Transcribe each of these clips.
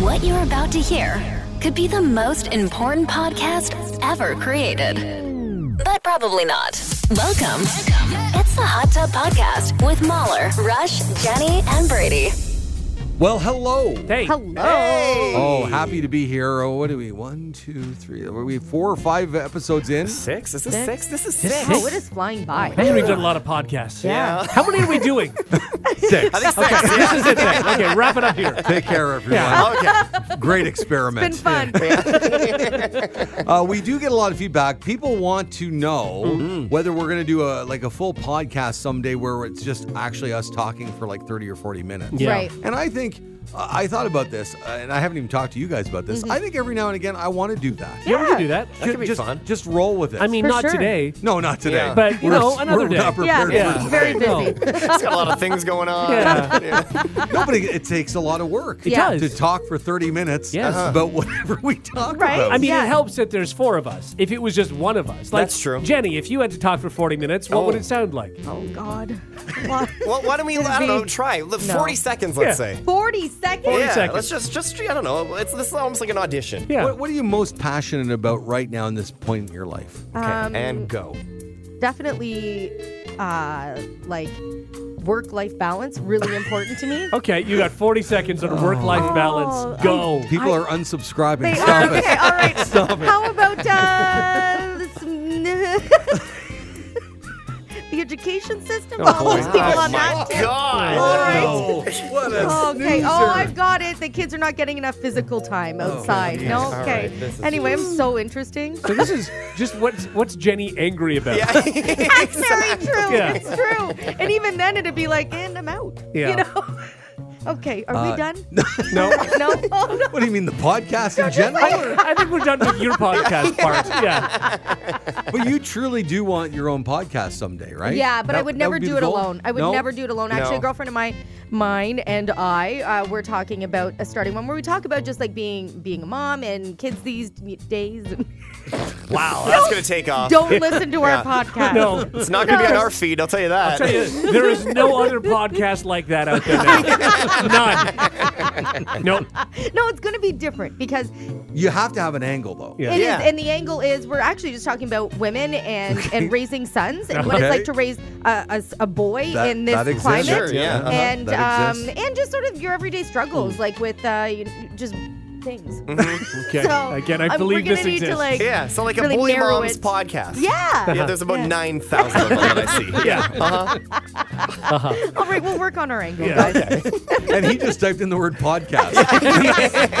What you're about to hear could be the most important podcast ever created, but probably not. Welcome. It's the Hot Tub Podcast with Mahler, Rush, Jenny, and Brady. Well, hello. Hey. Hello. Oh, happy to be here. Oh, what do we? One, two, three. Are we four or five episodes in? Six? This is Six? six? This is six. Oh, it is flying by. Man, we've done a lot of podcasts. Yeah. How many are we doing? Six. Okay, this is it then. Okay, wrap it up here. Take care, everyone. Great Been experiment. fun. Uh, we do get a lot of feedback. People want to know Mm-hmm. whether we're going to do a like a full podcast someday where it's just actually us talking for like thirty or forty minutes. Yeah. Right. And I think uh, I thought about this, uh, and I haven't even talked to you guys about this. I think every now and again I want to do that. Mm-hmm. Yeah, we can do that. Ju- could be just, fun. Just roll with it. I mean, For not sure. today. no, not today. Yeah. But, you We're- know, another we're day. Not Yeah, prepared for Yeah. very No. busy. It's got a lot of things going on. Yeah. No, but it, it takes a lot of work. It Yeah. does. To talk for 30 minutes Yes. about whatever we talk Right. about. I mean, Yeah. it helps that there's four of us. If it was just one of us, like That's true. Jenny, if you had to talk for 40 minutes, what would Oh. it sound like? Oh, God. What? Well, why don't we, I don't know, try. Look, No. 40 seconds, let's Yeah. say. 40 seconds? yeah, seconds. let's just, just, I don't know. It's This is almost like an audition. Yeah. What, what are you most passionate about right now in this point in your life? Uh, Okay, and go. Definitely, uh, like, work life balance, really important to me. Okay, you got 40 seconds on work Oh. life balance. Go. People are unsubscribing. They Stop are. it. Okay, all right. How about uh, some- the education system? All those people Oh on my that tip. God. All right. What a Okay. snoozer. Oh, I've got it. The kids are not getting enough physical time outside. no. All Okay. right, this is- anyway, I'm so interesting. So this is just what's what's Jenny angry about? Yeah. That's very true. Yeah. It's true. And even then, it'd be like, and I'm out. Yeah. You know. okay. Are Uh, we done? No. No. Oh, no. What do you mean, the podcast in general? I think we're done with your podcast part. Yeah. but you truly do want your own podcast someday, right? Yeah, but I That- would that never be do the it goal? alone. I would No? never do it alone. Actually, No. a girlfriend of mine, mine and I, uh, we're talking about a starting one where we talk about just like being being a mom and kids these days. wow, that's going to take off. Don't listen to our Yeah. podcast. No. It's not going to be on our feed, I'll tell you that. Tell you, there is no other podcast like that out there now. None. Nope. No, it's going to be different because You have to have an angle, though. Yeah. It is, Yeah. and the angle is we're actually just talking about women and and raising sons and what Okay. it's like to raise a, a s- a boy That, in this that exists. climate, Sure, yeah. Uh-huh. and That um exists. and just sort of your everyday struggles Mm. like with uh you kn- just things. Okay. So, Again, um, I we're believe gonna this need to, exists. like- Yeah, so like a Really Bully narrow Moms it. podcast. Yeah. Yeah, there's about Yeah. 9,000 of them that I see. Yeah. Uh-huh. All right, we'll work on our angle, Yeah. guys. and he just typed in the word podcast.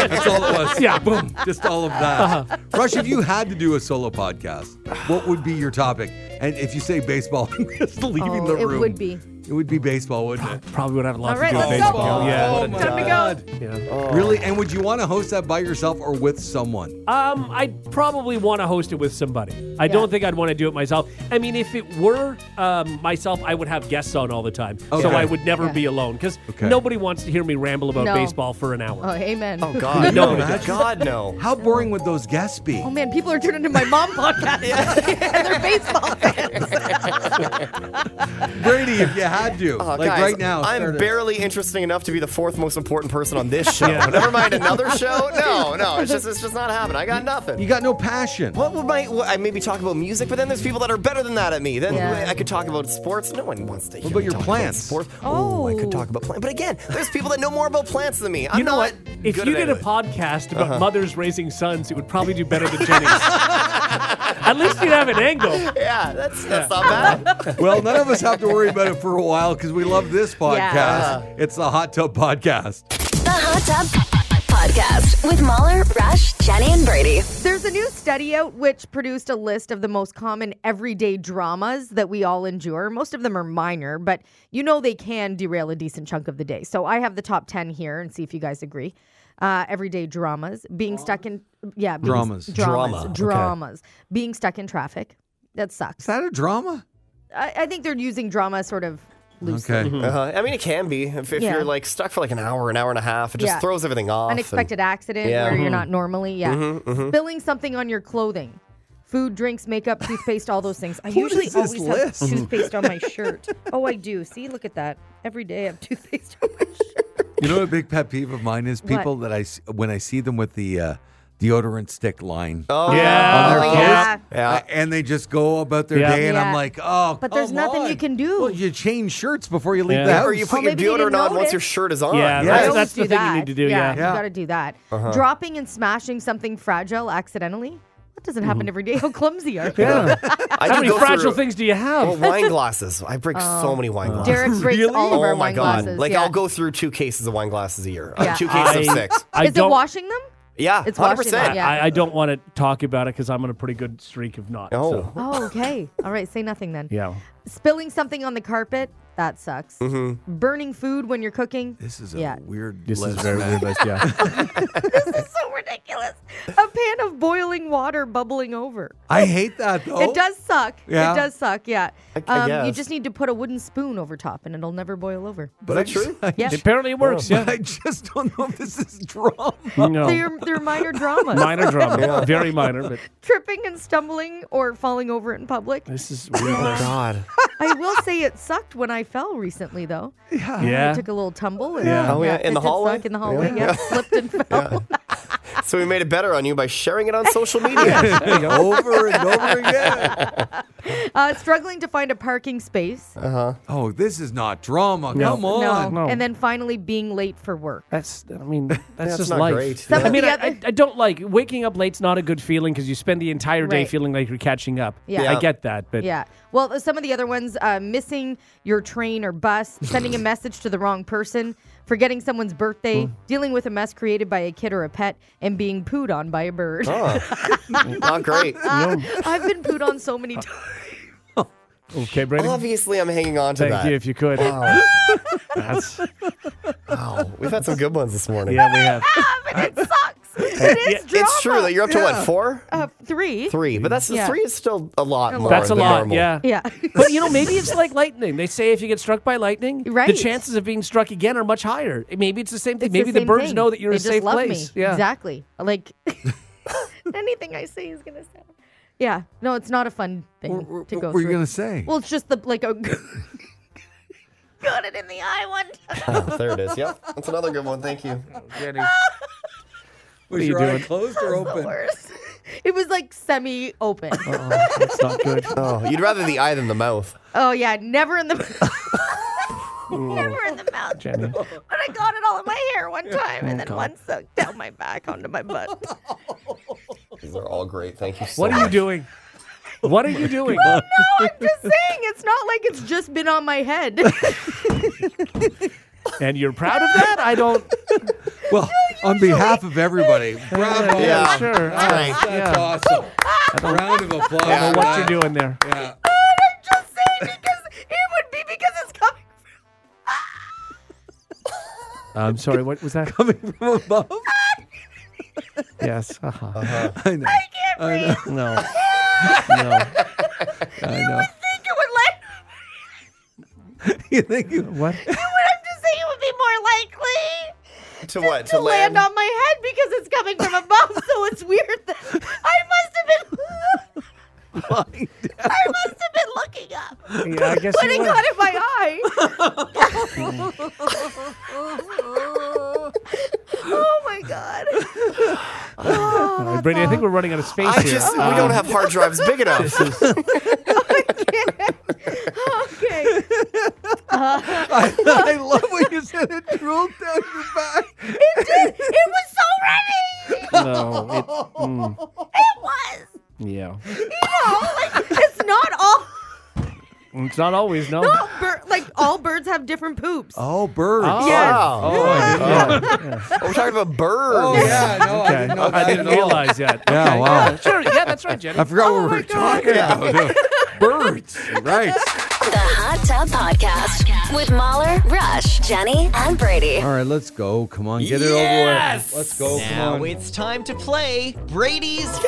That's all it was. Yeah. boom, just all of that. Uh-huh. Rush, if you had to do a solo podcast, what would be your topic? And if you say baseball, I'm just leaving Oh, the it room. would be. It would be baseball, wouldn't it? Probably would have a lot All right, to do with let's go. baseball. Oh, Yeah. my Time to God. go. yeah. Oh. Really? And would you want to host that by yourself or with someone? Uh, Um, I'd probably want to host it with somebody. I Yeah. don't think I'd want to do it myself. I mean, if it were um, myself, I would have guests on all the time, so Okay. I would never Yeah. be alone because Okay. nobody wants to hear me ramble about No. baseball for an hour. Oh, amen. Oh, God, no. Nobody does. God, no. How boring would those guests be? Oh, man, people are turning to my mom podcast, and they're baseball fans. Brady, if you had to, Oh, like guys, right now, I'm start it. barely interesting enough to be the fourth most important person on this show. Yeah. Never mind another show. No, no, it's just it's just not happening. I got nothing. You got no passion. what would my? What, I maybe talk about music, but then there's people that are better than that at me. Then Yeah. I could talk about sports. No one wants to hear about me your talk plants? About sports. Oh. I could talk about plants. But again, there's people that know more about plants than me. I'm You know not what? If good you at did it. a podcast about Uh-huh. mothers raising sons, it would probably do better than Jenny's. At least you'd have an angle. yeah, that's that's not bad. Well, none of us have to worry about it for a while because we love this podcast. Yeah. It's the Hot Tub Podcast. The Hot Tub Podcast with Mahler, Rush, Jenny, and Brady. There's a new study out which produced a list of the most common everyday dramas that we all endure. Most of them are minor, but you know they can derail a decent chunk of the day. So I have the top 10 here and see if you guys agree. Uh, everyday dramas, being stuck in, yeah, being, Dramas. dramas, Drama, okay. dramas, being stuck in traffic. That sucks. Is that a drama? I, I think they're using drama sort of loosely. Okay. Uh-huh. I mean, it can be if, if Yeah. you're like stuck for like an hour, an hour and a half. It just Yeah. throws everything off. and- Unexpected accident Yeah. where you're not normally, yeah, Mm-hmm, spilling something on your clothing. Food, drinks, makeup, toothpaste, all those things. I usually does this always have list? toothpaste on my shirt. Oh, I do. See, look at that. Every day I have toothpaste on my shirt. You know, a big pet peeve of mine is people that I s- when I see them with the uh, deodorant stick line. Oh, Yeah. On their Oh, clothes, yeah. Yeah. uh, and they just go about their Yeah. day, and I'm Yeah. like, oh, But there's come nothing you on. can do. Well, you change shirts before you leave Yeah. the house. Or you put Oh, your maybe they didn't deodorant on once notice. your shirt is on. Yeah, I Yes. always That's the do thing you that. need to do, yeah. Uh-huh. you Yeah. got to do that. Dropping and smashing something fragile accidentally. That doesn't Mm-hmm. happen every day. How clumsy are you? I How do many go fragile through- things do you have? Well, wine glasses. I break so many wine glasses. Oh. Derek breaks all of oh our my wine god! glasses. like yeah. I'll go through two cases of wine glasses a year. Uh, Yeah. two cases I- of six. I Is it don't- washing them? Yeah, It's hundred washing percent. up, yeah. I, I don't want to talk about it because I'm on a pretty good streak of not. Oh, so, Oh, okay. All right, say nothing then. yeah. Spilling something on the carpet, that sucks. Burning food when you're cooking. This is a Yeah. weird This list. is very man. weird, but yeah. This is so ridiculous. A pan of boiling water bubbling over. I hate that though. It does suck. Oh. Yeah. It does suck, yeah. Um, I- I you guess. just need to put a wooden spoon over top and it'll never boil over. But that I just- true? I, Yeah. Apparently it works. Oh. Yeah. I just don't know if this is drama. No. They're, they're minor dramas. Minor drama. Very minor, but Tripping and stumbling or falling over in public. this is weird. God. I will say it sucked when I fell recently, though. I yeah. took a little tumble. And, Yeah. Oh, yeah, in it the did hallway? suck in the hallway, Yeah. yeah. Slipped and fell. So we made it better on you by sharing it on social media. There you go. over and over again. Uh, struggling to find a parking space. Oh, this is not drama. No. Come no. on. No. And then finally being late for work. That's, I mean, that's, just not life. great. Some Yeah. I of mean, the I, other- I, I don't like waking up late's not a good feeling because you spend the entire day Right. feeling like you're catching up. Yeah. Yeah. I get that, but Yeah. Well, some of the other ones uh, missing your train or bus, sending a message to the wrong person, forgetting someone's birthday, Hmm. dealing with a mess created by a kid or a pet, and being pooed on by a bird. Oh, Not great. I've been pooed on so many times. okay, Brandon. Obviously, I'm hanging on to Thank that. you if you could. That's, Wow. We've had some good ones this morning. yeah, we have. it sucks. It is drama. It's true that you're up to what four, Uh, three. three, but that's Yeah. three is still a lot more. That's a than lot. normal. Yeah. Yeah. But you know, maybe it's like lightning. They say if you get struck by lightning, the Right. chances of being struck again are much higher. Maybe it's the same thing. It's maybe the, same birds thing. know that you're They a just safe love place. me. Yeah. Exactly. Like anything I say is gonna sound. Yeah. No, it's not a fun thing What were to go what were you through. going to say? Well, it's just the like a. Got it in the eye one. time. Oh, there it is. Yep. That's another good one. Thank you. was are you your eye doing? closed or open? Worse. It was like semi open. That's not good. Oh, you'd rather the eye than the mouth. oh yeah, never in the. never in the mouth. Jenny. But I got it all in my hair one time, and then one sucked down my back onto my butt. These are all great. Thank you. So What are you much. doing? What are you doing? Oh, No, I'm just saying, it's not like it's just been on my head. And you're proud of that? I don't. Well, on behalf of everybody, bravo. Yeah. Sure. All right. Thanks. That's Yeah. awesome. Round of applause. I for don't know what that. you're doing there. Yeah. just saying because it would be because it's coming. I'm sorry. What was that? Coming from above. Yes. Uh-huh. I know. I can't breathe. No. No. I know. think it would like. You think you What? What I'm just saying it would be more likely To what? to land on my head because it's coming from above. so it's weird that I must have been. lying down? I must have been looking up Yeah, I guess when you it were. got in my eye. oh my god! All right, Brittany, I think we're running out of space I here. just we don't Um, have hard drives big enough. Okay, I, I love when you said it drooled down your back. it was so ready. No. It, mm, It was. yeah. Oh, like it's not all. It's not always no. all bir- like all birds have different poops. Oh, birds. Oh. Yes. Wow. Oh, I didn't know. We're talking about birds. Oh, yeah. No, I Okay. didn't know that at all. realize that. Yeah, Okay. Oh, wow. Yeah, sure. Yeah, that's right, Jenny. I forgot what we were talking about. Birds. Right. The Hot Tub Podcast with Mahler, Rush, Jenny, and Brady. All right, let's go. Come on, get it Yes! over with. Let's go. Now Come on. it's time to play Brady's.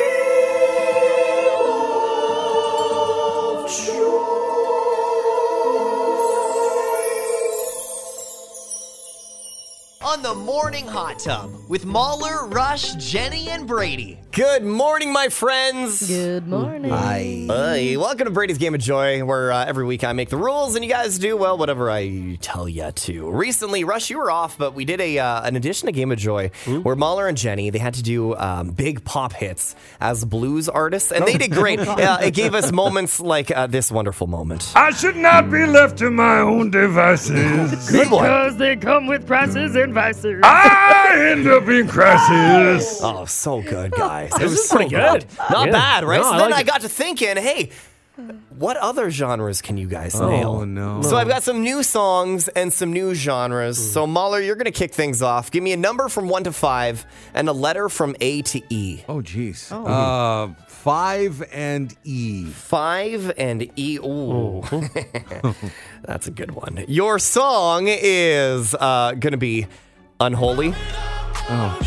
On the the morning hot tub with Mahler, Rush, Jenny, and Brady. Good morning, my friends. Good morning. Hey, welcome to Brady's Game of Joy, where uh, every week I make the rules and you guys do, well, whatever I tell you to. Recently, Rush, you were off, but we did a uh, an addition to Game of Joy where Mahler and Jenny, they had to do um, big pop hits as blues artists, and they did great. uh, it gave us moments like uh, this wonderful moment. Ah, I should not be left to my own devices. Good one. they come with prices and vices. I end up in crisis. Oh, so good, guys. It This was is so pretty good. Not Yeah. bad, right? No, so I then like I it. got to thinking, hey, what other genres can you guys nail? Oh, no. So I've got some new songs and some new genres. So Mahler, you're gonna kick things off. Give me a number from one to five and a letter from A to E. Oh, jeez. Uh, five and E. Five and E. Ooh, that's a good one. Your song is uh, gonna be "Unholy," Oh,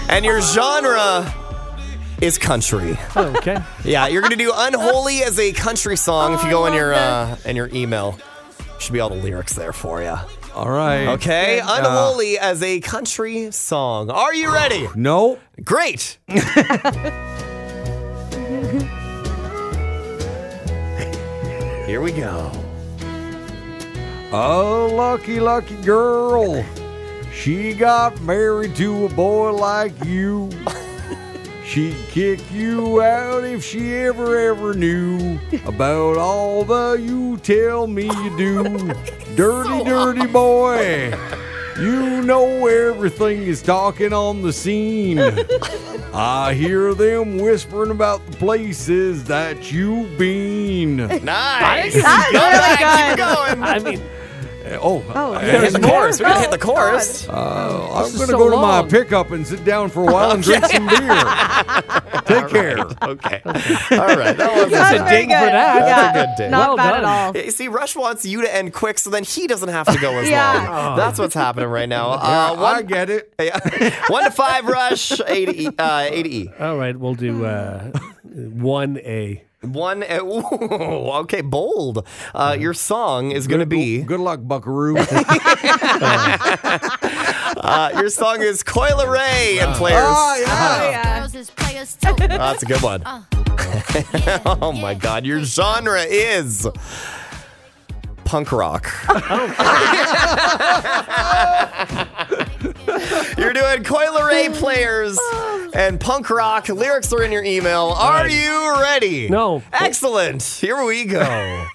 jeez. and your genre is country. Okay. Yeah, you're gonna do "Unholy" as a country song. if you go in your uh, in your email, should be all the lyrics there for you. All right. uh, Okay, "Unholy" as a country song. Are you ready? No. Great. Here we go. A lucky, lucky girl. She got married to a boy like you. She'd kick you out if she ever, ever knew about all the you tell me you do. Dirty, dirty boy. You know everything is talking on the scene. I hear them whispering about the places that you've been. Nice. That's really Keep it good. going. I mean, Oh, Oh, We're gonna hit there's the more? chorus. We're gonna hit the Oh, chorus. Uh, I'm is going to so go to my long. pickup and sit down for a while and drink some beer. Take care. Okay. All right. That was That's a ding for that. That's a good ding. Not Well bad done. at all. Yeah, You see, Rush wants you to end quick, so then he doesn't have to go as Yeah. long. That's what's happening right now. Uh, I one, get it. yeah. one to five, Rush. A to E. Uh, a to e. all right, we'll do uh, 1A. One. uh, ooh, okay, bold. Uh, your song is going to be. Good luck, Buckaroo. Uh, your song is Coil Array and Players. oh, yeah. Yeah. Oh, that's a good one. oh my god, your genre is punk rock. You're doing Coil Array players and punk rock. Lyrics are in your email. Are you ready? No. Excellent. Here we go.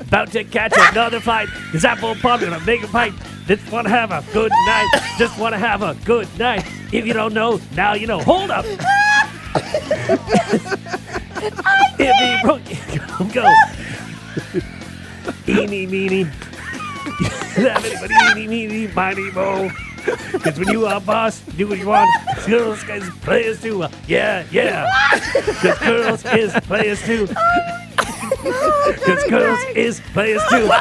About to catch another fight. This apple pop and a big pipe. Just wanna have a good night. Just wanna have a good night. If you don't know, now you know. Hold up. if you broke, go. Eeny meeny. Everybody eeny meeny miny mo. Cause when you are boss, do what you want. Girls guys players too. Uh, Yeah, yeah. Cause girls is players too. Cause girls is players too.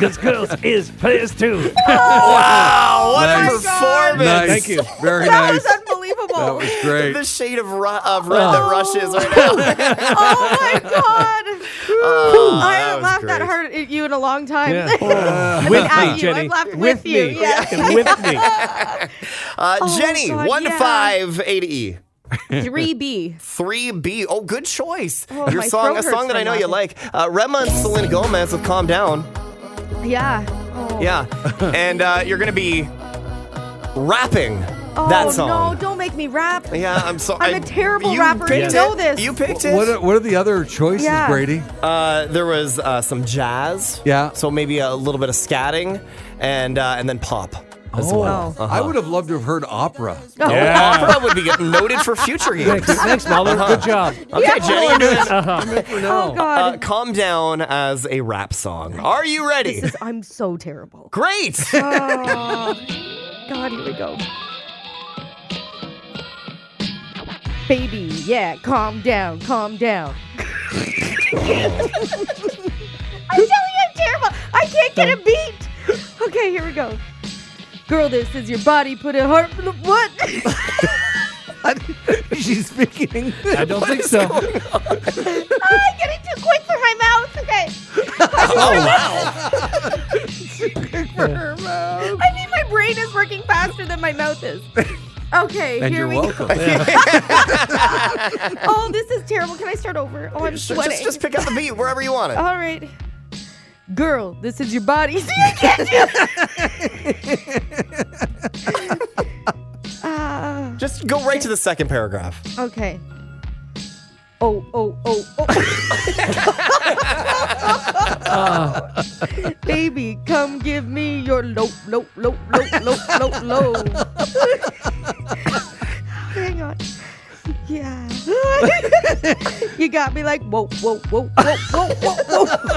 Cause girls is players too. Wow, what Nice. a performance. Nice. Thank you. Very That nice. was unbelievable. That was great. The shade of, ru- of red Oh. that Rush is right now. oh my god! Oh, I that haven't was laughed great. that hard at you in a long time. Yeah. I mean, With at me, you. Jenny. I've laughed with, With you. me. Yeah. With me. Uh, Jenny, God, 1 to yeah. 5, A to E. 3B. Three B. Oh, good choice. Oh, Your my song, throat a song hurts that I from know you like. Uh, Rema and Selena Gomez with "Calm Down." Yeah. Oh, Yeah, and uh, you're gonna be rapping oh that song. Oh. no, don't make me rap. Yeah, I'm sorry. I'm a terrible you rapper, picked you know it. this. You picked it. what, are, what are the other choices, Yeah. Brady? uh, there was uh, some jazz. Yeah. So maybe a little bit of scatting, and uh, and then pop. As well. I Uh-huh. would have loved to have heard opera. Oh. Oh, opera would be noted for future games. okay, Thanks, Mahler. Good job. Jenny, you're doing Oh uh, god. "Calm Down" as a rap song. Are you ready? This is- I'm so terrible. Great. God, here we go. Baby, yeah, calm down, calm down. I'm telling you, I'm terrible. I can't get a beat. Okay, Ah, here we go. Girl, this is your body. Put a heart. What? She's speaking English. I don't think so. I'm getting too quick for my mouth. Okay. I Um. mean, my brain is working faster than my mouth is. Okay, And here you're we welcome. Oh, this is terrible. Can I start over? Oh, I'm Just, sweating. Uh-huh. just, just pick up the beat wherever you want it. All right. go. Girl, this is your body. See, I can't- Just go right to the second paragraph. okay. Oh, oh, oh, oh. oh. Baby, come give me your low, low, low, low, low, low, low. Hang on. Yeah. You got me like, whoa, whoa, whoa, whoa, whoa, whoa, whoa.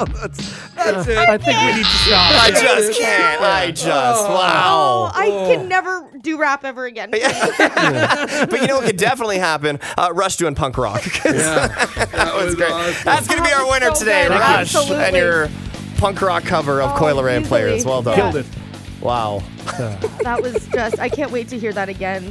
That's it. I think we need to stop. I just can't. Oh. I just wow. I can never do rap ever again. Oh. but you know what could definitely happen? Uh, Rush doing punk rock. that was great. That's gonna be our winner so today, good. Rush, Absolutely. and your punk rock cover of Oh, Coil Ray and easily. Players. Well done. Killed it. Wow. That was just, I can't wait to hear that again.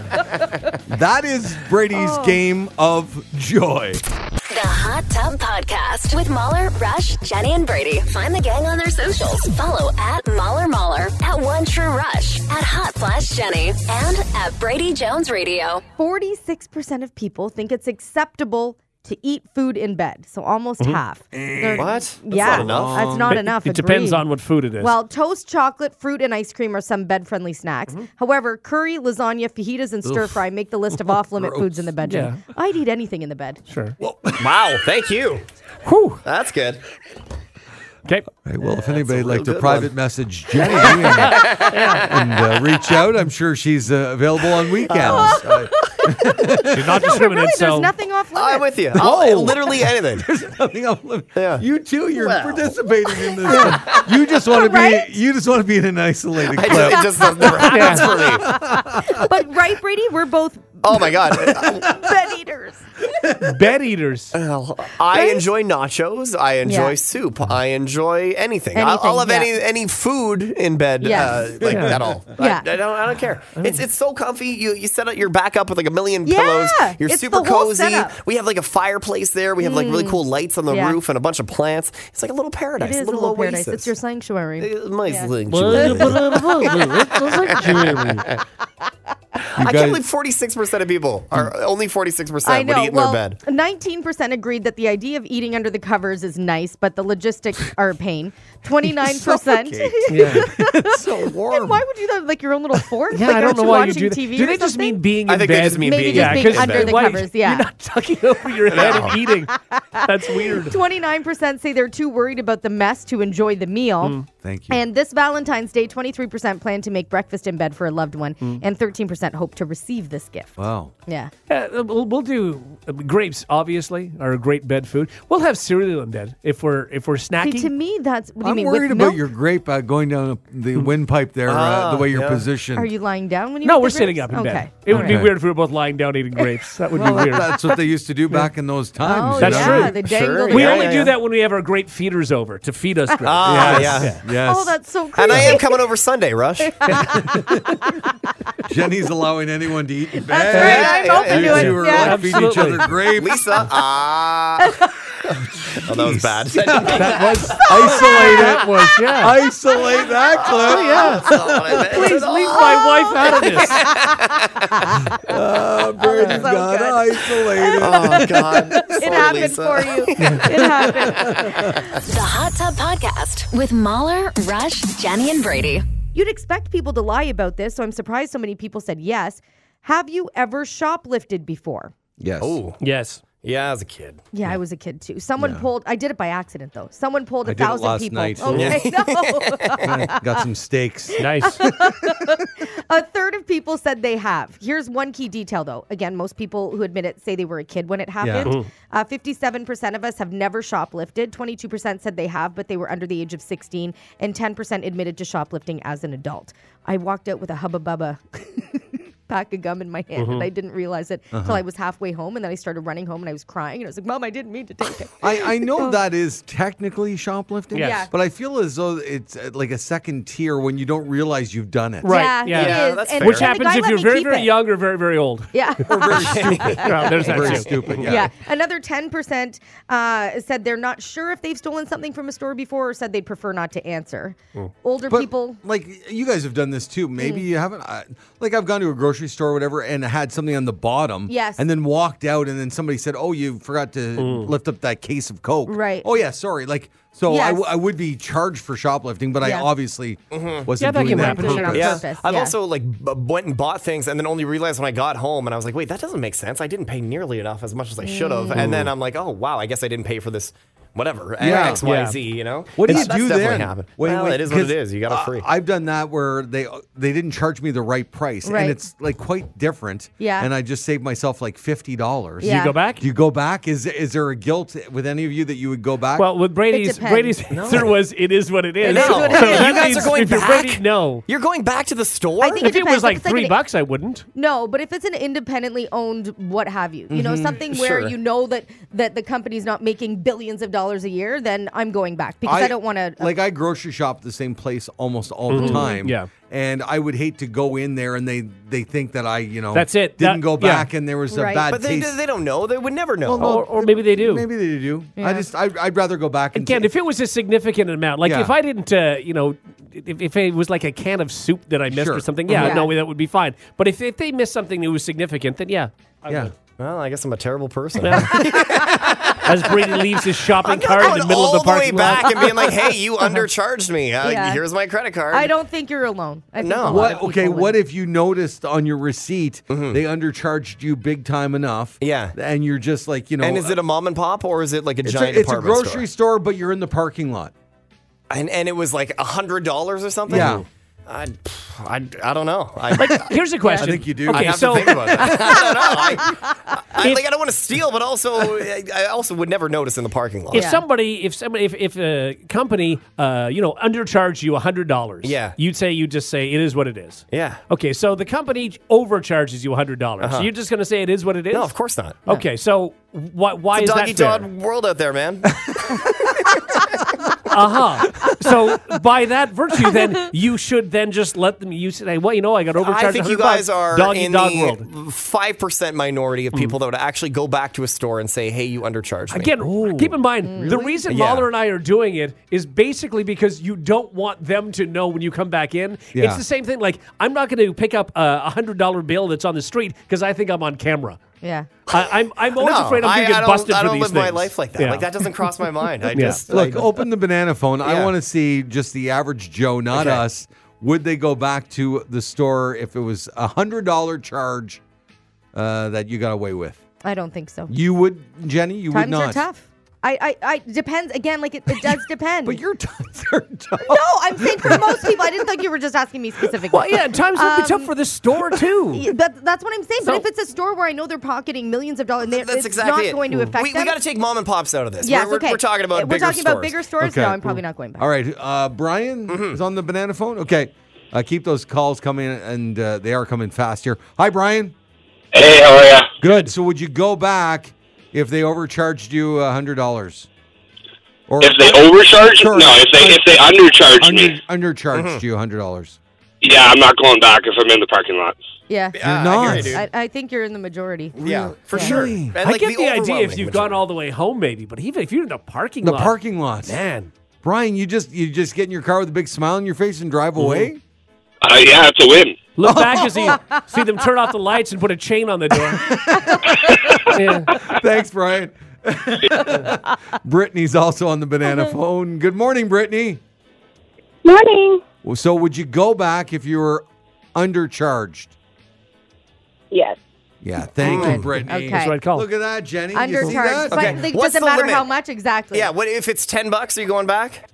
That is Brady's game of joy. The Hot Tub Podcast with Mahler, Rush, Jenny, and Brady. Find the gang on their socials. Follow at Mahler Mahler, at One True Rush, at Hot Flash Jenny, and at Brady Jones Radio. 46% of people think it's acceptable to eat food in bed. So almost half. They're- What? Mm-hmm. That's yeah, not enough. that's not It- enough. It, depends agreed. on what food it is. Well, toast, chocolate, fruit, and ice cream are some bed friendly snacks. Mm-hmm. However, curry, lasagna, fajitas, and stir fry make the list of off limit foods in the bedroom. I'd eat anything in the bed. sure. Wow. Thank you. Whew. That's good. Okay. Hey, well, if anybody'd like to good private message Jenny and, and, uh, reach out, I'm sure she's uh, available on weekends. Uh-huh. I- She's not discriminate. Really, so there's nothing off I'm limit. with you. I'll, literally anything. nothing off limits. Yeah. You too, you're Well. participating in this. You just want to Right? be. You just want to be in an isolated I clip. just, it just never happens for me. But right, Brady, we're both Oh my god. bed eaters. bed eaters. I enjoy nachos. I enjoy Yeah. soup. I enjoy anything. I'll, I'll have Anything, any any food in bed, Yes. uh, like Yeah. at all. Yeah. I, I don't. I don't care. It's it's so comfy. You you set up your back up with like a million Yeah. pillows. You're It's super the whole cozy. setup. Mm. We have like a fireplace there. We have like really cool lights on the Yeah. roof and a bunch of plants. It's like a little paradise. It is a little, little paradise. oasis. It's your sanctuary. Uh, nice little jewel. That's I guys- can't believe forty six percent of people are only forty six I percent would know. eat in well, their bed. 19% agreed that the idea of eating under the covers is nice, but the logistics are a pain. 29%. it's so warm. Why would you have like your own little fork? Yeah, like, I don't aren't know you why you watching do that. TV do or they just something? mean being I in think bed? they just mean Maybe being just in being bed. because under the why- covers, yeah. You're not tucking over your head and eating. That's weird. 29% say they're too worried about the mess to enjoy the meal. Thank you. And this Valentine's Day, 23% plan to make breakfast in bed for a loved one, and 13% hope to receive this gift. wow. Yeah. Yeah, we'll, we'll do uh, grapes. Obviously, are a great bed food. We'll have cereal in bed if we're if we're See, snacking. to me, that's what do you I'm mean? worried with about milk? Mm. your grape uh, going down the windpipe there, uh, Ah, the way you're positioned. Are you lying down when you? no, eat the we're sitting up grapes? in okay. bed. It would be Okay. weird if we were both lying down eating grapes. That would Well, be that- weird. that's what they used to do back in those times. Oh, you That's know? yeah, true. the dangle. Sure, the we Yeah, only yeah, do yeah. that when we have our grape feeders over to feed us grapes. Ah, yeah. Yes. Oh, that's so creepy. And I am coming over Sunday, Rush. Jenny's allowing anyone to eat in bed. That's right. Yeah, I'm open You yeah, to two it. are Yeah. like feeding each Absolutely. other grapes. Lisa, ah. oh, that was bad. that was isolate. That was Oh, yeah. Isolate Oh, that Ah, clip. yeah. Oh, Please leave my wife out of this. Brady's Oh, so got good. isolated. Oh God! It happened for you. It happened. The Hot Tub Podcast with Mahler, Rush, Jenny, and Brady. You'd expect people to lie about this, so I'm surprised so many people said yes. Have you ever shoplifted before? Yes. Oh Yes. yeah, as a kid. Yeah, I was a kid too. Someone pulled. I did it by accident though. Someone pulled a did it thousand last people. night. Okay, no. Got some steaks. Nice. a third of people said they have. Here's one key detail though. Again, most people who admit it say they were a kid when it Mm-hmm. happened. Uh, 57% of us have never shoplifted. 22% said they have, but they were under the age of 16, and 10% admitted to shoplifting as an adult. I walked out with a hubba bubba. pack of gum in my hand, and Mm-hmm. Mhm. I didn't realize it until Uh-huh. I was halfway home, and then I started running home, and I was crying, and I was like, "Mom, I didn't mean to take it." I, I know So- that is technically shoplifting, Oh. Yes. Yeah. but I feel as though it's uh, like a second tier when you don't realize you've done it. Right. Yeah. Which happens if you're very, very young or very, very old. Yeah. Or very stupid. Yeah, there's that Very too. stupid, Yeah. Another 10% uh, said they're not sure if they've stolen something from a store before or said they'd prefer not to answer. Older But, people. Like you guys have done this too. Maybe Mm. you haven't. I, like I've gone to a grocery store, or whatever, and had something on the bottom. Yes. And then walked out, and then somebody said, "Oh, you forgot to lift up that case of coke." Right. Oh yeah, sorry. Like so, I, w- Yes. I would be charged for shoplifting, but I Yeah. obviously Mhm. wasn't doing that. Yeah. I've yeah. also like b- went and bought things and then only realized when I got home and I was like, wait, that doesn't make sense. I didn't pay nearly enough as much as I should have. Mm. And then I'm like, oh wow, I guess I didn't pay for this whatever Yeah. X Y Yeah. Z. You know, What do That- you that's do definitely then? Happened. When- well, when- it is what it 'cause, is. You got uh, a free. I've done that where they they didn't charge me the right price, Right. and it's like quite different. Yeah. And I just saved myself like fifty dollars. Do you Yeah. go back? Do you go back? Is is there a guilt with any of you that you would go back? Well, with Brady's, Brady's answer was, it is what it It is. is So what it that is. You guys means are going if you're back? Brady, no. You're going back to the store? I think it if it depends, was but like it's like three an- bucks, I wouldn't. No, but if it's an independently owned what have you, you know, Mhm. something where Sure. you know that that the company's not making billions of dollars a year, then I'm going back because I, don't uh, want to. Like I grocery shop the same place almost all Mhm. the time. Yeah. And I would hate to go in there and they they think that I you know That's it. didn't That- go yeah. back and there was a bad But they, taste. they don't know. They would never know. Well, no, Or- Or maybe they do. Maybe they do. Yeah. I just I, I'd rather go back and Again, if it was a significant amount, like Yeah. if I didn't, uh, you know, if, if it was like a can of soup that I missed Sure. or something, yeah, Yeah. no, that would be fine. But if, if they missed something that was significant, then yeah. I Yeah. would. Well, I guess I'm a terrible person. As Brady leaves his shopping I'm cart in the going middle of all the the way parking lot. back and being like, "Hey, you undercharged me. Uh, Yeah. Here's my credit card." I don't think you're alone. I think a lot What? of people Okay. would. What if you noticed on your receipt Mm-hmm. they undercharged you big time enough? Yeah. And you're just like you know. uh, and is it a mom and pop or is it like a it's giant a, it's a department grocery store. store? but you're in the parking lot. And and it was like a hundred dollars or something. Yeah. I, pff, I, I don't know. I, here's a question. I think you do. Okay, I have so- to think about that. I don't know. I, I, like, I don't want to steal, but also I, I also would never notice in the parking lot. If somebody, if somebody, if, if a company, uh, you know, undercharged you hundred dollars, Yeah. you'd say you just say it is what it is. Yeah. Okay, so the company overcharges you hundred dollars. Uh-huh. So you're just going to say it is what it is? No, of course not. Okay, so why why it's is a that doggy fair? dog world out there, man. Uh huh. So by that virtue, then you should then just let them. You say, well, you know, I got overcharged. I think you 100 guys bucks. are doggy in dog the world. Hmm. five percent minority of people that would actually go back to a store and say, "Hey, you undercharged me." Again, keep in mind the reason Mm. Yeah. Mahler and I are doing it is basically because you don't want them to know when you come back in. Yeah. It's the same thing. Like I'm not going to pick up a hundred dollar bill that's on the street because I think I'm on camera. Yeah. I, I'm I'm always No, afraid I'm going I- to I get don't- busted I for don't these live my things. life like that. Like, that doesn't cross my mind. I just- look. I- open the banana phone. I Yeah. want to see just the average Joe, not Okay. us. Would they go back to the store if it was a hundred dollar charge uh, that you got away with? I don't think so. You would, Jenny. You Times would not. are tough. I, I, I depends again. Like it, it does depend. but your times are tough. No, I'm saying for most people. I didn't think you were just asking me specifically. Um, Well, yeah, times would be Um, tough for the store Yeah, too. That, that's what I'm saying. So- but if it's a store where I know they're pocketing millions of dollars, and they're- That's it's exactly not it. going to affect we, them. We got to take mom and pops out of this. Yes, we're, we're- okay. we're talking about We're bigger talking about stores. bigger stores? No, I'm probably not going back. All right, uh, Brian Mm-hmm. is on the banana phone. Okay, uh, keep those calls coming, and uh, they are coming fast here. Hi, Brian. Hey, how are you? Good. So, would you go back if they overcharged you a hundred dollars? Or If they overcharged? Sorry, No, if they- if they undercharged me. Mm-hmm. under, undercharged you a hundred dollars. Yeah, I'm not going back if I'm in the parking lot. Yeah, You're I hear you, I, not. I think you're in the majority. I get the, idea if you've gone all the way home, maybe, but even if you're in a parking The lot, parking lot, man. Brian, you just you just get in your car with a big smile on your face and Mm-hmm. drive away. Uh, yeah, it's a win. Look back as you see them turn off the lights and put a chain on the door. Thanks, Brian. Brittany's also on the Uh-huh. banana phone. Good morning, Brittany. Morning. Well, So, would you go back if you were undercharged? Yes. Yeah, thank you, Good. Brittany. Okay. That's what I'd call it. Look at that, Jenny. You see Undercharged, that? but it doesn't matter how much exactly. Yeah, what if it's ten bucks? Are you going back?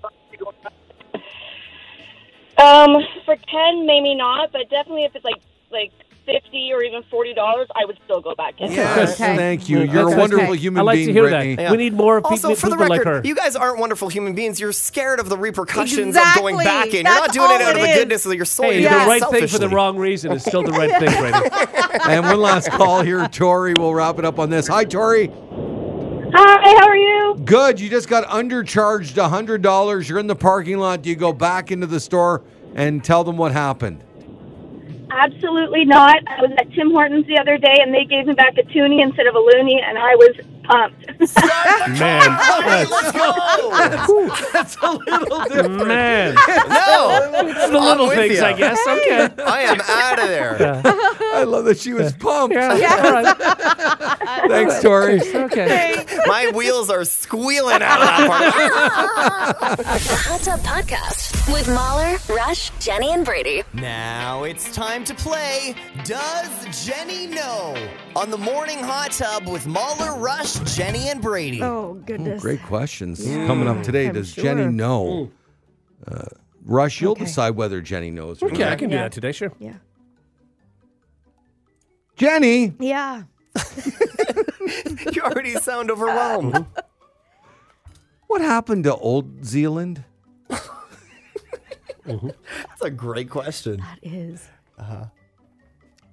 Um, for ten, maybe not, but definitely if it's like like fifty or even forty dollars, I would still go back in. Yes, thank you. You're a wonderful human being, Brittany. also, for the record, you guys aren't wonderful human beings. You're scared of the repercussions of going back in. You're not doing it out of the goodness of your soul. Hey, You're doing the it right thing for selfishly. the wrong reason is still the right thing, Brady. and one last call here, Tori. We'll wrap it up on this. Hi, Tori. Hi, how are you? Good. You just got undercharged $100. You're in the parking lot. Do you go back into the store and tell them what happened? Absolutely not. I was at Tim Hortons the other day, and they gave me back a toonie instead of a loony, and I was pumped. Man, let's go. That's a little Mm-hmm. different. Man. No. It's the little I'm with things, ya. I guess. Okay. I am out of there. I love that she was pumped. Thanks, Tori. Tori. My wheels are squealing out of that The Hot Tub Podcast with Mahler, Rush, Jenny, and Brady. Now it's time to play Does Jenny Know? on the morning hot tub with Mahler, Rush, Jenny, and Brady. Oh, goodness. Great questions Mm. coming up today. I'm Does sure. Jenny know? Uh, Rush, you'll decide whether Jenny knows. or Okay, not. I can do that today, sure. Mm-hmm. Yeah. Jenny, Yeah. you already sound overwhelmed. what happened to Old Zealand? That's a great question. That is. Uh-huh.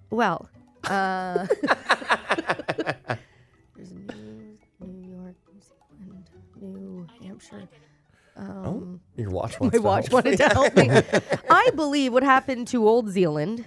Well, uh, there's New, New York, New Zealand, New Hampshire. Um, Your watch my wants to watch help. wanted to help me. I believe what happened to Old Zealand.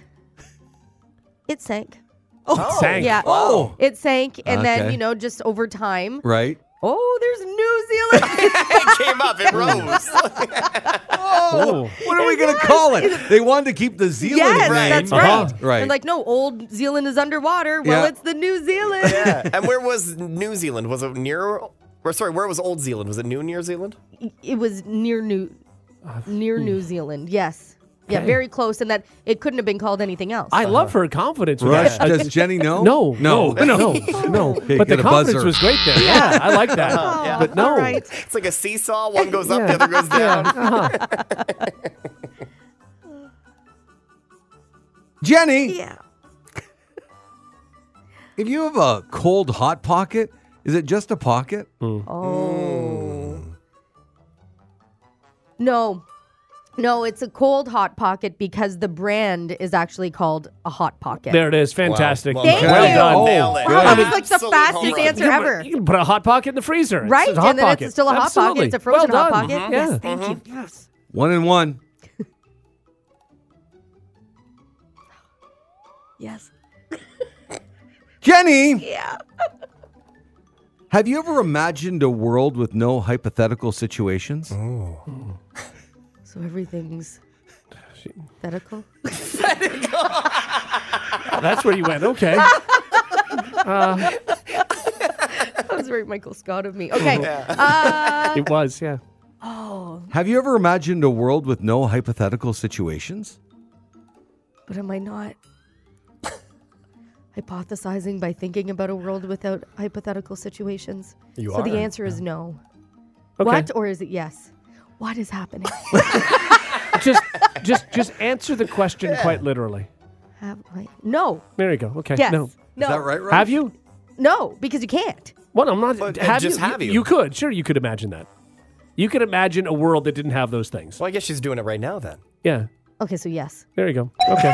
It sank. Oh. It sank. Yeah. Oh. It sank, and then Okay. you know, just over time. Right? Oh, there's New Zealand. it came up. It rose. Oh, what are we going to call it? They wanted to keep the Zealand yes, name. that's Uh-huh. right. Right. They're like, no, Old Zealand is underwater. Well, Yeah. it's the New Zealand. Yeah. And where was New Zealand? Was it near? Or sorry, where was Old Zealand? Was it New New Zealand? It was near New, near New Zealand. Yes, yeah, Okay. very close, and that it couldn't have been called anything else. I love her confidence. with Rush, that. does Jenny know? No, No. no, no, no. Okay, but get the a confidence buzzer. was great there. Yeah, I like that. Oh, But no, It's like a seesaw. One goes up, the other goes down. Jenny. Yeah. if you have a cold hot pocket, is it just a pocket? Hmm. Oh. No, no, it's a cold hot pocket because the brand is actually called a hot pocket. there it is. Fantastic. Well Thank done. Well you. done. Oh, Nailed it. wow, I that's mean, like the Absolute fastest home run. answer you can- ever. You can put a hot pocket in the freezer. It's Right, just a hot and then pocket. it's still a hot pocket. It's a Absolutely. frozen Well hot done. pocket. Mhm. Yes, Yeah. thank you. Yes. One and one. Yes. Jenny. Yeah. Have you ever imagined a world with no hypothetical situations? Oh. So everything's medical. That's where you went. Okay. Uh, that was very Michael Scott of me. Okay. Yeah. Uh, It was, yeah. oh, Have you ever imagined a world with no hypothetical situations? but am I not hypothesizing by thinking about a world without hypothetical situations? You so the are, answer is no. Okay. What or is it yes? What is happening? just, just, just answer the question quite literally. Have I? No. There you go. Okay. Yes. No. No. Is that right, Rush? Have you? No, because you can't. Well, I'm not. have just you? have you. You could. Sure, you could imagine that. You could imagine a world that didn't have those things. Well, I guess she's doing it right now then. Yeah. Okay, so yes. There you go. Okay.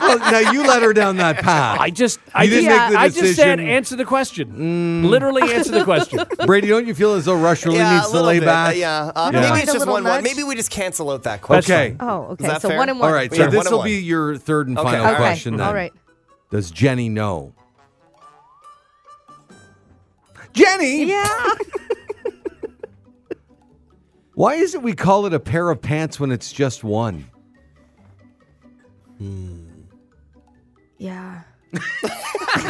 well, now you let her down that path. I just, You I didn't just, make the I just said, decision. Mm. answer the question. Literally answer the question. Brady, don't you feel as though Rush really yeah, needs a to little lay bit. back? Uh, yeah. Uh, Yeah. Maybe it's a just little one, one. nudge? Maybe we just cancel out that That's question. fine. Oh, Is okay, that so fair? one and one. All right, so Yeah, one this and will one. be your third and Okay. final Okay. question then. All right. Does Jenny know? Jenny! Yeah. Why is it we call it a pair of pants when it's just one? Yeah. it's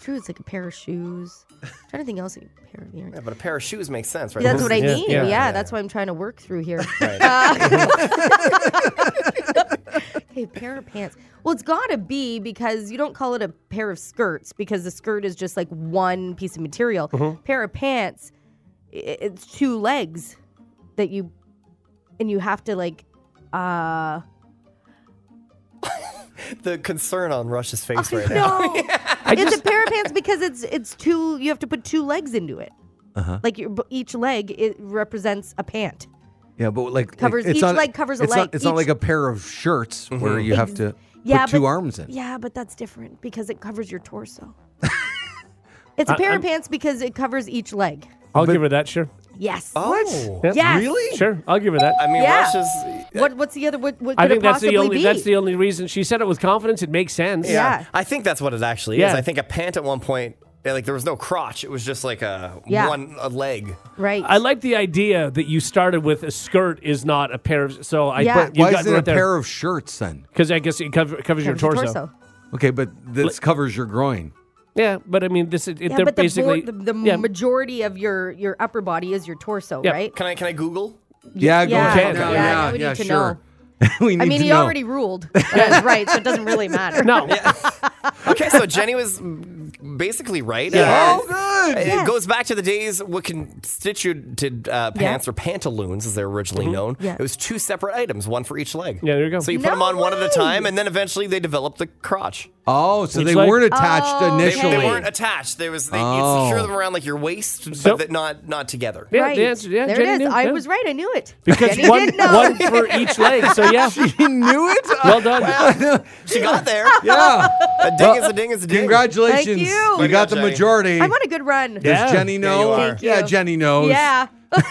true. It's like a pair of shoes. I'm trying to think else. A pair of earrings. Yeah, but a pair of shoes makes sense, right? Yeah, that's what I mean. Yeah, yeah. that's what I'm trying to work through here. Right. Uh, okay, pair of pants. Well, it's got to be because you don't call it a pair of skirts because the skirt is just like one piece of material. Mhm. Pair of pants, i- it's two legs that you, and you have to like, uh, the concern on Rush's face right now. No, it's a pair of pants because it's it's two. You have to put two legs into it. Uh-huh. Like your, each leg it represents a pant. Yeah, but like like, Covers- it's each not, leg covers a it's leg. Not, it's not Each- Mm-hmm. like a pair of shirts where you have to Yeah, put two but- arms in. Yeah, but that's different because it covers your torso. it's a I- pair I'm- of pants because it covers each leg. I'll give her that, sure. Yes. Oh, Yep. Yes. Sure, I'll give her that. I mean, yeah. Rush is. What? What's the other? What, what could I think it that's possibly the only be? that's the only reason she said it with confidence. It makes sense. I think that's what it actually is. Yeah. I think a pant at one point, yeah, like there was no crotch. It was just like a Yeah. one a leg. Right. I like the idea that you started with a skirt is not a pair of. So I But you why got is it right a there. pair of shirts then? Because I guess it cover, covers, your torso. Okay, but this covers your groin. Yeah, but I mean, this is it yeah, they're but the, basically board, the, the yeah. majority of your your upper body is your torso, right? Can I can I Google? Yeah, go yeah, ahead. yeah, yeah, we need yeah, to sure. we need I mean, to he know. already ruled. That is right, so it doesn't really matter. No. Okay, so Jenny was basically right. Yeah. Oh, good. It goes back to the days what constituted uh, pants or pantaloons, as they're originally known. Yeah. It was two separate items, one for each leg. Yeah, there you go. So you put them on one at a time, and then eventually they developed the crotch. Oh, so Each they leg- weren't attached They- Oh. initially. They, weren't attached. There was they, Oh. it's sure them around like your waist, So- but that not not together. right. there it is. I was right. I knew it. Because Jenny one- did know. one for each leg, so yeah. she knew it. Well done. she got there. Yeah. A ding is a ding is a ding. Congratulations. Thank you. You got the majority. I'm on a good run. Does Jenny know? Yeah, Jenny knows. Yeah. The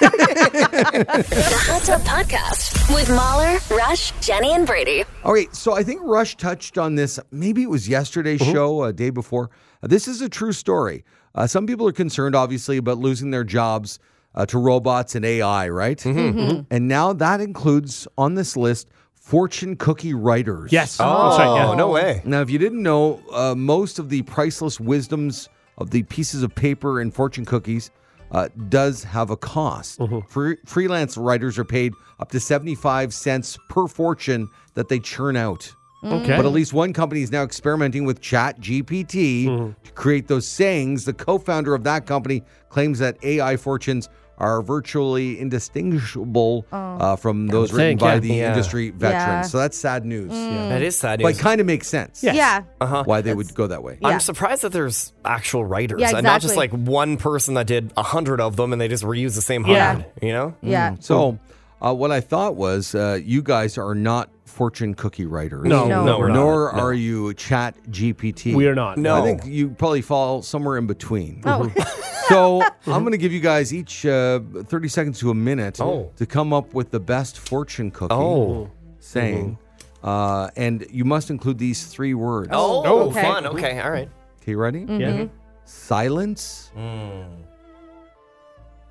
Hot Tub Podcast with Mahler, Rush, Jenny, and Brady. All right, so I think Rush touched on this. Maybe it was yesterday's show, a day before. Uh, this is a true story. Uh, some people are concerned, obviously, about losing their jobs uh, to robots and AI, right? Mhm. And now that includes on this list fortune cookie writers. Yes. Oh, That's right, yeah. no way. Now, if you didn't know, uh, most of the priceless wisdoms of the pieces of paper and fortune cookies uh, does have a cost. Fre- freelance writers are paid up to 75 cents per fortune that they churn out. Okay. But at least one company is now experimenting with Chat GPT Mm-hmm. to create those sayings. The co founder of that company claims that AI fortunes are virtually indistinguishable uh, from those would written think, by yeah. the Yeah. industry veterans. Oh. Yeah. So that's sad news. Yeah. That is sad But news. kind of makes sense. Yes. Yeah. Uh-huh. Why they would go that way. I'm surprised that there's actual writers Yeah, and not just like exactly. one person that did a hundred of them and they just reuse the same Yeah. hundred. You know? Yeah. Mm. So, uh, what I thought was, uh, you guys are not fortune cookie writers. No, No. no, we're not. nor No. are you Chat GPT. We are not. I No. think you probably fall somewhere in between. so I'm going to give you guys each uh, 30 seconds to a minute Oh. to come up with the best fortune cookie Oh. saying, uh, and you must include these three words. Oh, Oh, okay. fun. Okay, all right. Okay, you ready? Mm. Yeah. Mhm. Silence.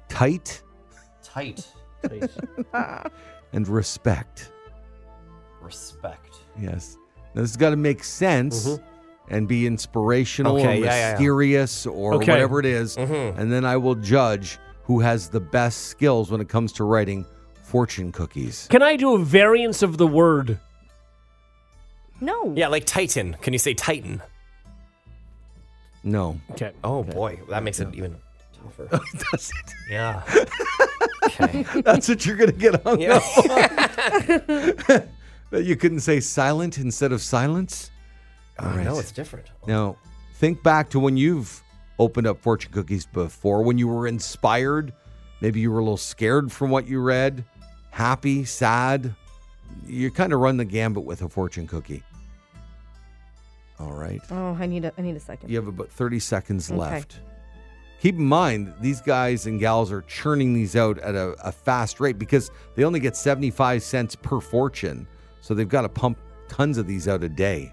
Tight Tight. Mm-hmm. and respect. Respect. Yes. Now, this has got to make sense Mhm. and be inspirational Okay, or yeah, yeah, yeah. mysterious or Okay. Mm-hmm. whatever it is, And then I will judge who has the best skills when it comes to writing fortune cookies. Can I do a variance of the word? No. Yeah, like Titan. Can you say Titan? No. Okay. Oh boy, that makes it even tougher. Does it? Yeah. That's what you're going to get hung Yeah. up on. that you couldn't say silent instead of silence? All right. No, it's different. Now, think back to when you've opened up fortune cookies before, when you were inspired. Maybe you were a little scared from what you read, happy, sad. You kind of run the gambit with a fortune cookie. All right. Oh, I need a I need a second. You have about 30 seconds Okay. left. Keep in mind, these guys and gals are churning these out at a, a fast rate because they only get 75 cents per fortune. So they've got to pump tons of these out a day.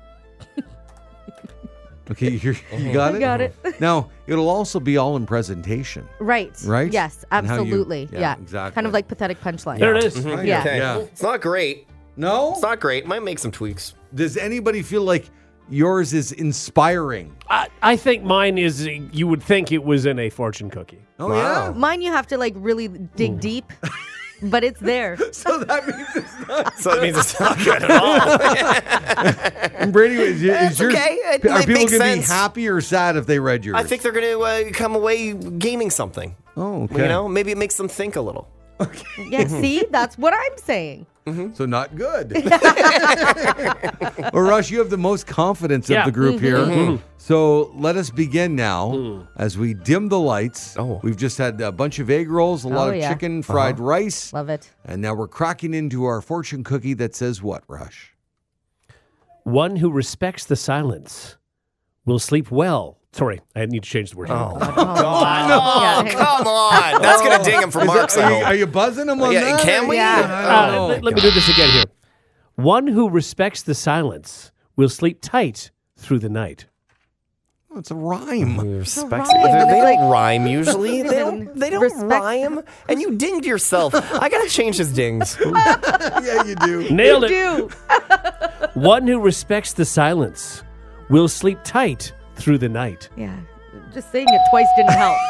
okay, you're, Uh-huh. you got I it? Uh-huh. got it. now, it'll also be all in presentation. Right. Right? Yes. And how you- Absolutely. yeah, yeah. exactly. Kind of like pathetic punchline. Mm-hmm. Mhm. Yeah. Okay. Yeah. It's not great. No? It's not great. Might make some tweaks. Does anybody feel like yours is inspiring? I, I think mine is. You would think it was in a fortune cookie. Oh Mine, you have to like really dig deep, but it's there. so that means it's not. So that means it's not good at all. And Brady, is, y- is It's yours, okay. It are might people make going to be sense. happy or sad if they read yours? I think they're going to uh, come away gaining something. Oh, You okay. know, maybe it makes them think a little. Yeah. See, that's what I'm saying. So not good. Well, Rush, you have the most confidence Yeah. of the group Mm-hmm. here. Mm-hmm. Mhm. So let us begin now Mm. as we dim the lights. Oh. We've just had a bunch of egg rolls, a lot Oh, of yeah. chicken, fried Uh-huh. rice. Love it. And now we're cracking into our fortune cookie that says what, Rush? One who respects the silence will sleep well. Sorry, I need to change the word. Oh, God. Oh, come on. That's going to ding him for Is that- marks. are I you- hope. are you buzzing him on yeah, that? Can we? Yeah. Uh, let, let me do this again here. One who respects the silence will sleep tight through the night. Oh, it's a rhyme. Respects it. They, they don't rhyme usually. They don't, they don't rhyme. And you dinged yourself. I got to change his dings. yeah, you do. Nailed it. One who respects the silence will sleep tight through the night. Yeah. Just saying it twice didn't help.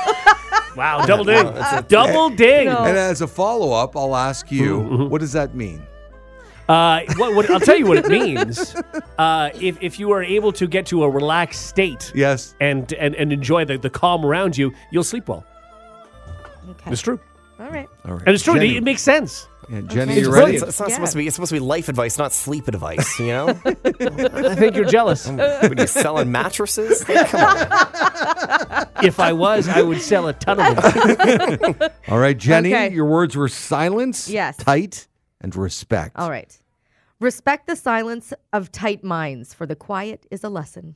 Wow, double ding. double ding. No. And as a follow up, I'll ask you, Mm-hmm. what does that mean? Uh, what, what, I'll tell you what it means. Uh, if, if you are able to get to a relaxed state yes. and, and, and enjoy the, the calm around you, you'll sleep well. Okay. It's true. All right. All right. And it's true. Jenny. It, it makes sense. Yeah, it's it's brilliant. brilliant. It's not supposed to be. It's supposed to be life advice, not sleep advice. You know. I think you're jealous. What are you selling mattresses? Come on. If I was, I would sell a ton of them. All right, Jenny, Okay. your words were silence, Yes. tight, and respect. All right. Respect the silence of tight minds, for the quiet is a lesson.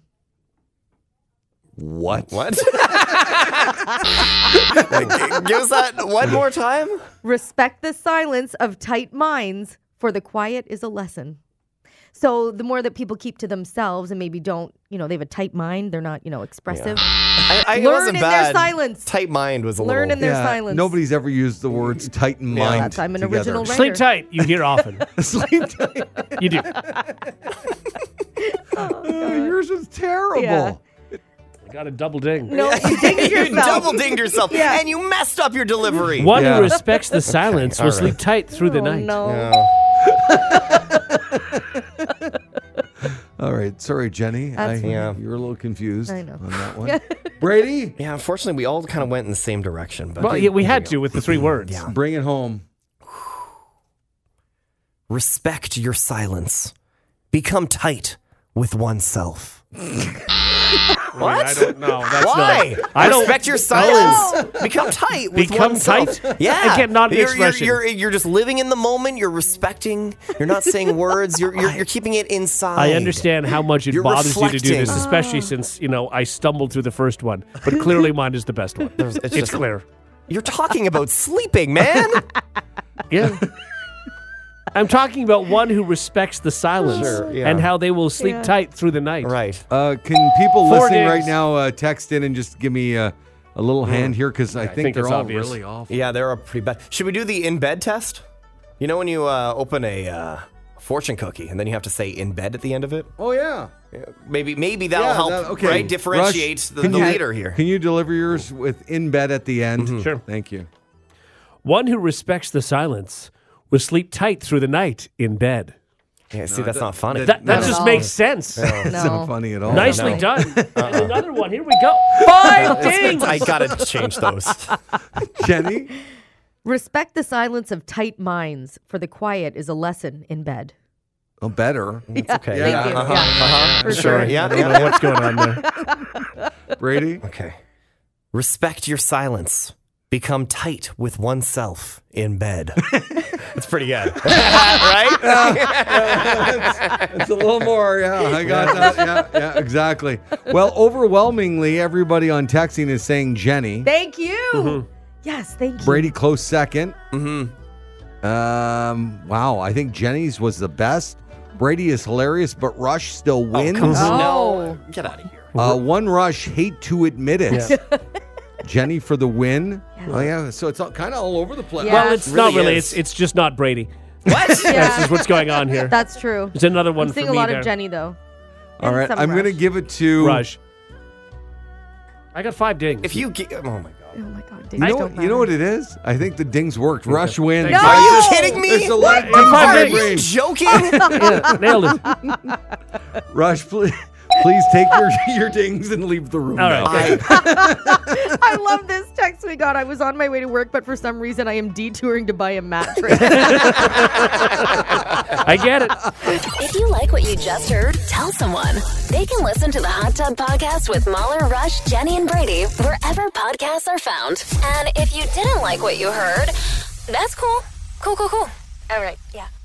What? What? Give us that one more time. Respect the silence of tight minds, for the quiet is a lesson. So the more that people keep to themselves and maybe don't, you know, they have a tight mind, they're not, you know, expressive. I, I it Learn wasn't in their bad. silence. Tight mind was a Learn little. in their silence. Nobody's ever used the words tight and mind. That's- I'm an together. original writer. Sleep tight. You hear often. Sleep tight. You do. Uh, yours was terrible. Yeah. I got a double ding. No, you dinged you yourself. double dinged yourself, Yeah. and you messed up your delivery. One who respects the silence all will right. sleep tight through the Oh, night. no. All right. Sorry, Jenny. That's I, fine. Yeah. You were a little confused I know. on that one. Brady? Yeah, unfortunately, we all kind of went in the same direction. But Well, yeah, we had to with the three words. Yeah. Bring it home. respect your silence. Become tight with oneself. What? I don't know. That's Why? Not, I don't respect your silence. Become tight with Become oneself. tight? Yeah. Again, not an you're, you're- expression. You're, you're just living in the moment. You're respecting. You're not saying words. You're, you're, you're keeping it inside. I understand how much it You're bothers you to do reflecting. this, especially since you know I stumbled through the first one. But clearly, mine is the best one. There's- it's it's just- clear. You're talking about sleeping, man. Yeah. I'm talking about one who respects the silence Sure, yeah. and how they will sleep Yeah. tight through the night. Right. Uh, can people Four listening dings. right now uh, text in and just give me uh, a little hand here? Because I, Hmm. I think think they're it's all obvious. really off. Yeah, they're all pretty bad. Should we do the in bed test? You know when you uh, open a uh, fortune cookie and then you have to say in bed at the end of it? Oh, yeah. Maybe maybe that'll Yeah, help that- okay. right differentiate Rush, the, the can you- leader here. Can you deliver yours with in bed at the end? Mm-hmm. Sure. Thank you. One who respects the silence will sleep tight through the night in bed. Yeah, see, that's not funny. That, that Not at just all. makes sense. That's No. not funny at all. Nicely Oh, No. done. And another one. Here we go. Five dings. I gotta change those. Jenny? Respect the silence of tight minds, for the quiet is a lesson in bed. Oh, better. It's okay. Thank you. Uh-huh, Yeah. uh-huh. For Sure. sure. Yeah. I don't know what's going on there. Brady? Okay. Respect your silence. Become tight with oneself in bed. It's pretty good, right? It's a little more. Yeah, I got that. Yeah, yeah, exactly. Well, overwhelmingly, everybody on texting is saying Jenny. Thank you. Yes, thank you. Brady close second. Mhm. Um, wow, I think Jenny's was the best. Brady is hilarious, but Rush still wins. come on. Oh. No, get out of here. Uh, one Rush, hate to admit it. Jenny for the win. Oh yeah, so it's all, kind of all over the place. Yeah. Well, it's not Really really. is. It's it's just not Brady. What? This Yeah, is what's going on here. that's true. There's another one I'm for seeing me a lot there. of Jenny though. All right, some I'm gonna Rush. give it to Raj. I got five dings. If you get, oh my god. Oh my god, You know, what, you know what it is? I think the dings worked. Rush wins. No! Are you kidding me? There's a lot of What? dings Five in my Are dings. you brain. joking? nailed it. Rush, please, Please take your, your dings and leave the room. All now. right, I love this text we got. I was on my way to work, but for some reason I am detouring to buy a mattress. I get it. If you like what you just heard, tell someone. They can listen to the Hot Tub Podcast with Mahler, Rush, Jenny, and Brady wherever podcasts are found. And if you didn't like what you heard, that's cool. Cool, cool, cool. All right, yeah.